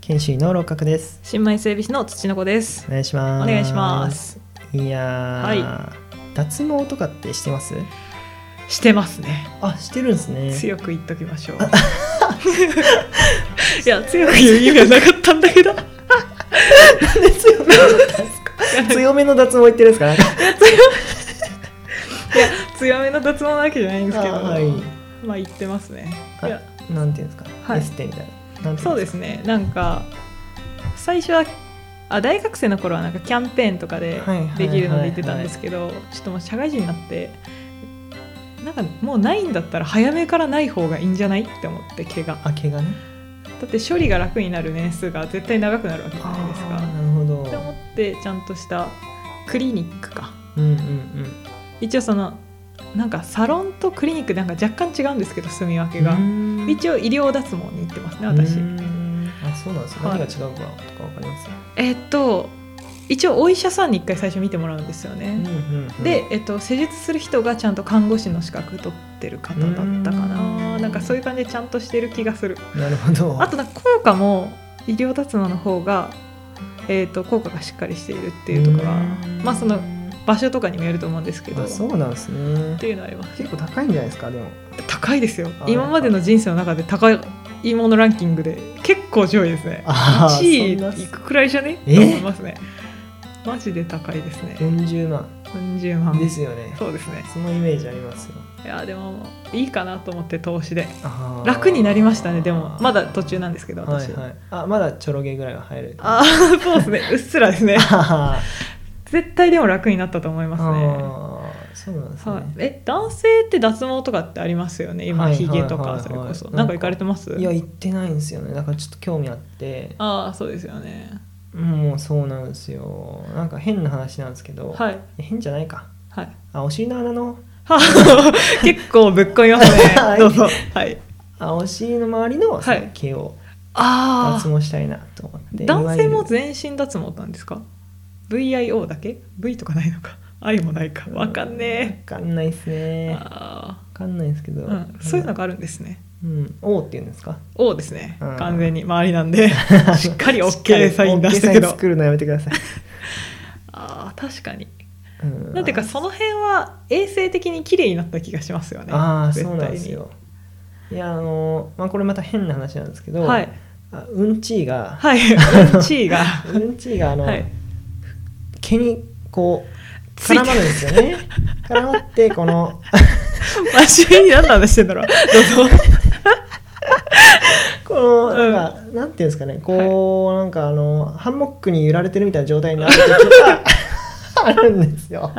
研修医の六角です。新米整備士の土の子ですお。願いしまおす。願いしま。す。いやー、脱毛とかってしてます？してますね。あ、してるんですね。強く言っときましょう。 いや、強く言う意味はなかったんだけ ど。なんで強めの脱毛強めの脱毛言ってるんです か？なんか強めの脱毛なわけじゃないんですけど、あーはまあ言ってますね。はいいや、い。なんていうんですか？はいエステみたいな。なんていそうですすね。なんか最初はあ大学生の頃はなんかキャンペーンとかではいはいはいはいできるので言ってたんですけど、ちょっともう社会人になって。なんかもうないんだったら早めからない方がいいんじゃないって思って毛がか。あ、毛がね。だって処理が楽になる年数が絶対長くなるわけじゃないですあーか。なるほどって。思ってちゃんとしたクリニックかうんうんうん。一応そのなんかサロンとクリニックなんか若干違うんですけど住み分けが、応一応医療脱毛に行ってますね私。あ、そうなんですね。はい何が違うかとかわかります？えっと一応お医者さんに一回最初見てもらうんですようんうね、んうん。で、えっと、施術する人がちゃんと看護師の資格取ってる方だったかなうんなんかそういう感じでちゃんとしてる気がするなるほど。あとなんか効果も医療脱毛の方が、えっと、効果がしっかりしているっていうところはうんまあその場所とかにもよると思うんですけどあ、そっうなんですね。ていうのはあります結構高いんじゃないですか？でも。高いですよあ今までの人生の中で高いものランキングで結構上位ですねあー1位そんないくくらいじゃねとえ思いますねマジで高いですね40万40万ですよねそうですねそのイメージありますよいやでもいいかなと思って投資であー楽になりましたねでもまだ途中なんですけどは私、いはいあまだちょろげぐらいは入るああそうですねうっすらですねあ絶対でも楽になったと思いーますねあーそうなんですね、はい、え男性って脱毛とかってありますよね今はいはいひげとはいはかいそれこそななんかんか行かれてますい、や行ってないんですよねだからちょっと興味あってああそうですよねもうそうなんですよなんか変な話なんですけど、はい変じゃないかはい あお尻の穴のは結構ぶっ込みます はねいどうぞはいあお尻の周りのそのはい毛をあ脱毛したいなと思って、男性いもわ全身脱毛なんですか VIO だけ V とかないのか I もないかゆるわかんねわかんないですえ、ねわあかんないですけど、ーうん、そういうのがあるんですねうん、O っていうんですか O ですね、うん完全に周りなん でしっかり OK サイン出ししっかたり OK サけインど作るのやめてください。あー確かにうん なんていうかその辺は衛生的に綺麗になった気がしますよねああ絶そうな対にんですよ。いやあのまあこれまた変な話なんですけど、はいあうんちが、 はいうんちがうんちがあの、はい毛にこうつい絡てまるんですよ ね。絡まってこの真面目に何の話してんだろうどうぞこのうんなんか、なんていうんですかねこう、なんかあのハンモックに揺られてるみたいな状態になる時 があるんですよ。はい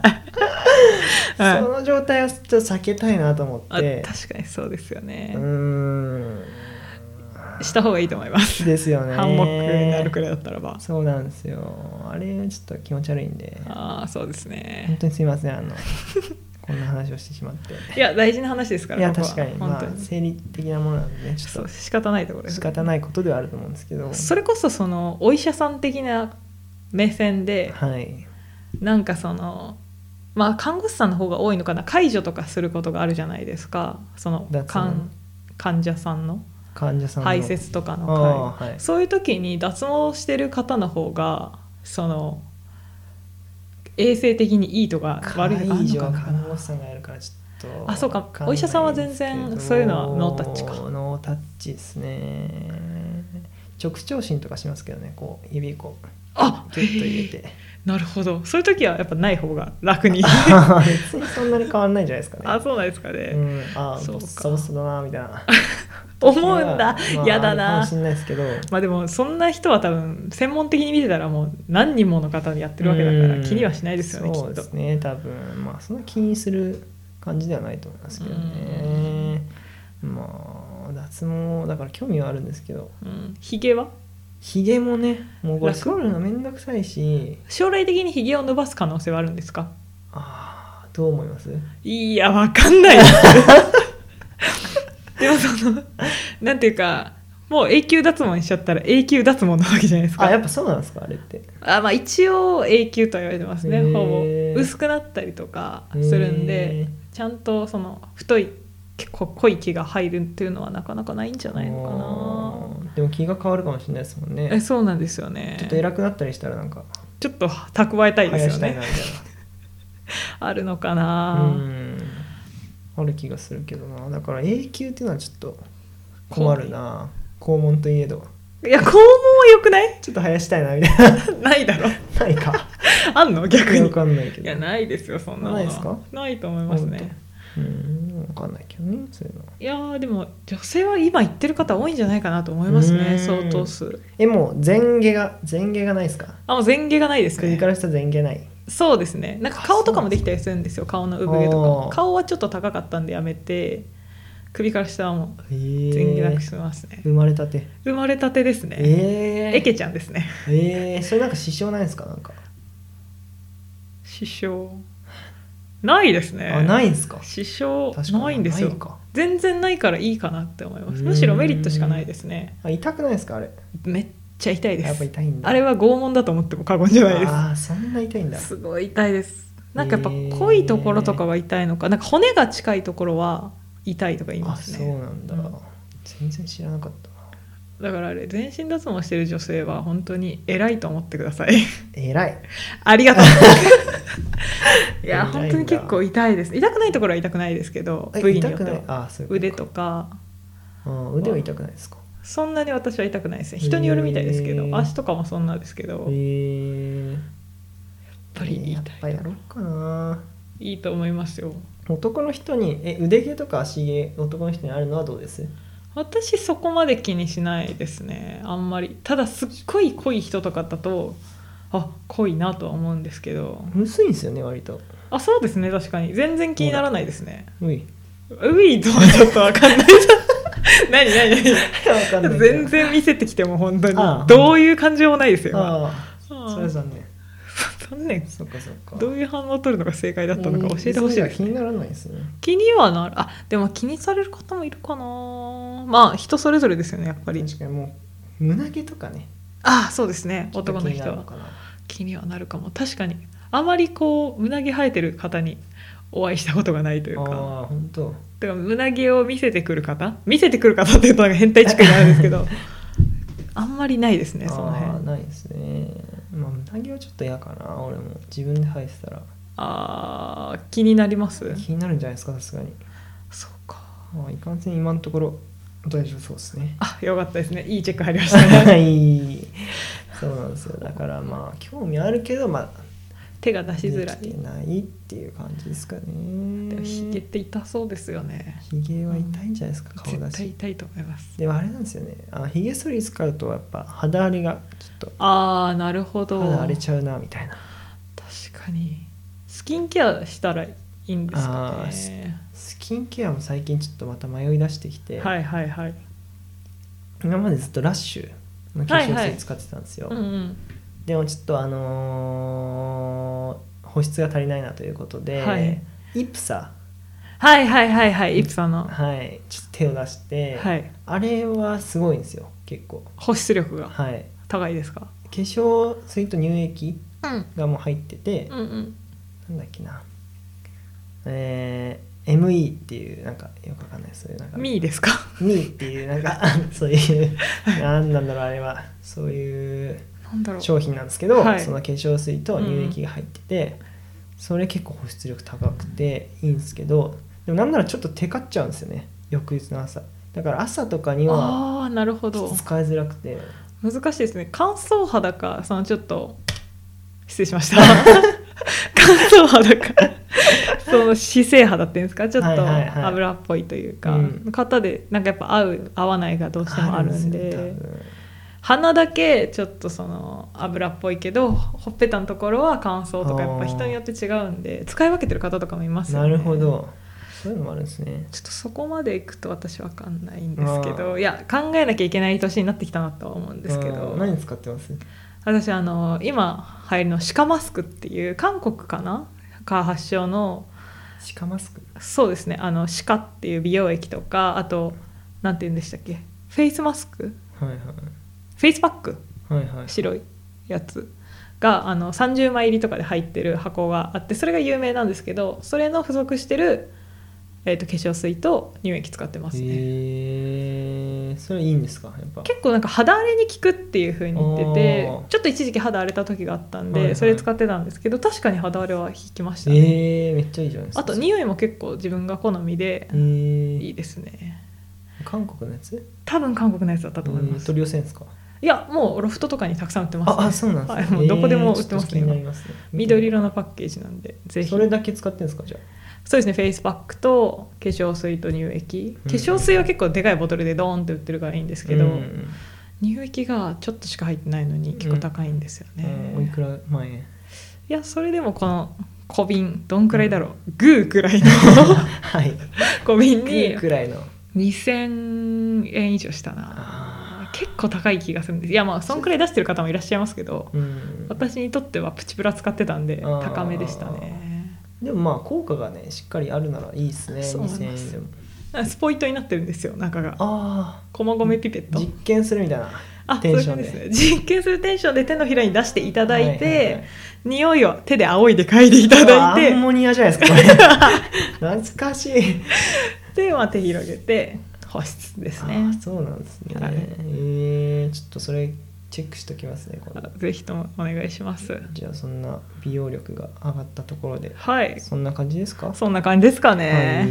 その状態をちょっと避けたいなと思あって。確かにそうですよねう、ーんした方がいいと思いますですよねハンモックになるくらいだったらばそうなんですよあれちょっと気持ち悪いんでああそうです本 ね当にすみませんあ のこんな話をしてしまっていや大事な話ですからいやここは確かに本ま当に、あ生理的なものなんでねちそょっう仕方ないところとです仕方ないことではあると思うんですけどそれこそそのお医者さん的な目線ではいなんかそのまあ看護師さんの方が多いのかな介助とかすることがあるじゃないですかその脱毛患患者さんの患者さんの排泄とかの介ああはいそういう時に脱毛してる方の方がその衛生的にいいとか悪いとかあ介るの助かはな看護師さんがやるからちょっとあそうかわんないお医者さんは全然ですけどそういうのはノータッチかノータッチですね直腸診とかしますけどねこう指こうあギュッと入れてなるほどそういう時はやっぱない方が楽 に別にそんなに変わんないんじゃないですかね あそうなんですかね、うん、あそうボかッサボサだなみたいな思うんだ嫌、だあるかもなしれないですけどまあでもそんな人は多分専門的に見てたらもう何人もの方でやってるわけだかうんら気にはしないですよねきそうっでとすね多分まあそんな気にする感じではないと思いますけどねまあ脱毛だから興味はあるんですけどうんひげはひげもねもうこれ楽剃るのめんどくさいし将来的にひげを伸ばす可能性はあるんですかあーどう思いますいやわかんない でもそのなんていうかもう永久脱毛にしちゃったら永久脱毛なわけじゃないですかあやっぱそうなんですかあれってあまあ一応永久とは言われてますねへーほぼ薄くなったりとかするんでへちゃんとその太い結構濃い毛が入るっていうのはなかなかないんじゃーないのかなもうでも気が変わるかもしれないですもんねえそうなんですよねちょっと偉くなったりしたらなんかちょっと蓄えたい生でやすよしたいねなみあるのかたいなうな、んある気がするけどなだから永久っていうのはちょっと困るな肛門といえどいや肛門はよくないちょっと生やしたいなみたいなないだろないかあんの逆に分かんないけどいやないですよそんなのはないですかないと思います本ねうん分かんないけどねそういうのいやーでも女性は今言ってる方多いんじゃないかなと思いますうーねん相当数えもう前下が前下がないですかあもう前下がないです首かねら下前下ないそうですねなんか顔とかもできたりするんですよ顔の産毛とあーか顔はちょっと高かったんでやめて首から下はもえう前下なーくし、てますね、生まれたて生まれたてですねえー、えけちゃんですねえー、それなんか支障ないですかなんか、師匠ないですねあないんですか支障確かにないんですよないか全然ないからいいかなって思いますうーんむしろメリットしかないですねあ痛くないですかあれめっちゃ痛いでやっぱす痛いんだあれは拷問だと思っても過言じゃないですああそんな痛いんだすごい痛いですなんかやっぱ濃いところとかが痛いのかなんか骨が近いところは痛いとか言いあますそうねなんだ、うん全然知らなかったなだからあれ全身脱毛してる女性は本当に偉いと思ってくだ さい偉いありがと ういや偉いんだ本当に結構痛いです痛くないところは痛くないですけどえ部位に痛よってくないはあそういうこと腕とかうん腕は痛くないですかそんなに私は痛くないですね人によるみたいですけど、へー足とかもそんなですけど、えー、やっやっぱり痛いやっぱやろうかないいと思いますよ男の人にえ腕毛とか足毛男の人にあるのはどうです私そこまで気にしないですねあんまりただすっごい濃い人とかだとあ濃いなとは思うんですけど薄いんですよね割とあそうですね確かに全然気にならないですねういウィーとはちょっとわかんない 何何わかんないけど何 全然見せてきても本当ああにどういう感情もないですよ今ああそれは残念残念そっかそっかどういう反応を取るのが正解だったのか教えてほしいうんそういうのではす気にならないですね気にはなるあでも気にされる方もいるかなまあ人それぞれですよねやっぱり確かにもう胸毛とかねああそうですねちょっと男の人気になるはかな気にはなるかも確かにあまりこう胸毛生えてる方にお会いしたことがないというかああ本当だから胸毛を見せてくる方見せてくる方っていうとなんか変態地区になるんですけ どあんまりないですねその辺あーないですねまあ胸毛はちょっと嫌かな俺も自分で生えてたらあー気になります気になるんじゃないですかさすがにそうかまあいかんせん今のところ大丈夫そうですねあよかったですねいいチェック入りました ねはいそうなんですよだからまあ興味あるけどまあ手が出しでづらきいてないっていう感じですかでねもひげって痛そうですよねひげは痛いんじゃないですか顔だ絶対し痛いと思いますでもあれなんですよねあひげ剃り使うとやっぱ肌荒れがちょっああなるほとど肌荒れ確ちゃうなみたいなかにスキンケアしたらいいんですかあースねスキンケアも最近ちょっとまた迷い出してきて、はいはいはい今までずっとラッシュの化粧水使ってたんですよ、うんうんでもちょっとあのー保湿が足りないなということで、はいイプサはいはいはいはいイプさんの、はいちょっと手を出して、はい、あれはすごいんですよ結構保湿力がはい高いですか、化粧水と乳液うん、がもう入ってて、うんうんなんだっけなえー ME っていうなんかよくわかんないそういうなんかミーですかミーっていうなんか そう いうなんなんだろうあれはそういうなんだろう商品なんですけど、はいその化粧水と乳液が入ってて、それ結構保湿力高くていいんですけどでもなんならちょっとテカっちゃうんですよね翌日の朝だから朝とかにはああなるほちょっどと使いづらくて難しいですね乾燥肌かそのちょっと失礼し ました乾燥肌かその姿勢肌っていうんですかちょっはいとはいはい油っぽいというか、うん方でなんかやっぱ合う合わないがどうしてもあるんであるんですよね鼻だけちょっとその油っぽいけどほっぺたのところは乾燥とかやっぱ人によって違うんで使い分けてる方とかもい多ま分すよなねるほどそういうのもあるんですねちょっとそこまでいくと私わかんないんですけうどいや考えなきゃいけない年になってきたなとは思うんですけどうん何使ってます私あの今流行りのシカマスクっていう韓国かなか発祥のシカマスクそうですねあのシカっていう美容液とかあとなんて言うんでしたっけフェイスマスクはいはいフェイスパックはいはい白いやつがあの30枚入りとかで入ってる箱があってそれが有名なんですけどそれの付属してる、えー、と化粧水と乳液使ってますね、ええー、それいいんですかやっぱ結構なんか肌荒れに効くっていう風に言ってておーちょっと一時期肌荒れた時があったんで、はいはいそれ使ってたんですけど確かに肌荒れは引きましたね、えー、めっちゃいいじゃないですかあと匂いも結構自分が好みでえーいいですね韓国のやつ、多分韓国のやつだっえたと思いまー、す、取り寄せんですかいやもうロフトとかにたくさん売ってます、ああそうなんですねはいもうどこでも売ってますねえーちょと気になりますね緑色のパッケージなんでぜひそれだけ使ってんですかじゃそうですねフェイスパックと化粧水と乳液う化ん粧水は結構でかいボトルでドーンって売ってるからいいんですあけど、うん乳液がちょっとしか入ってないのに結構高いんですよね、うんおいくら万円いやそれでもこの小瓶どんくらいだろう、グーくら いのはい小瓶にいくらいの2000円以上したなあ結構高い気がするんですいやまあそんくらい出してる方もいらっしゃいますけどーうん私にとってはプチプラ使ってたんであー高めでしたねでもまあ効果がねしっかりあるならいいですねそうなん2000です円でもなんかスポイトになってるんですよ中があ駒込ピペッあト実験するみたいなあテンションでそういうことですね実験するテンションで手のひらに出していただいて、ははは匂いを手で仰いで嗅いでいただいあアンてモニアじゃないですかこ れ懐かしいで、まあ、手広げて保湿ですあねーそうなんですね、はいえー、ちょっとそれチェックしときますね今度あぜひともお願いしますじゃあそんな美容力が上がったところではいそんな感じですかそんな感じですかうね、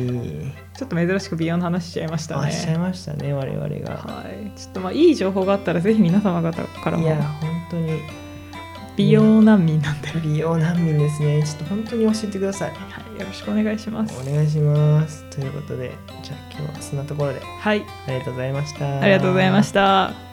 ちょっと珍しく美容の話しちゃいましたはいあしちゃいねましたね我々がはい、ちょっとまあいい情報があったらぜひ皆様方からいもや本当に美容難民なんで、美容難民ですねちょっと本当に教えてくださいはい、よろしくお願いしますお願いしますということでじゃあ今日はそんなところではいありがとうございましたありがとうございました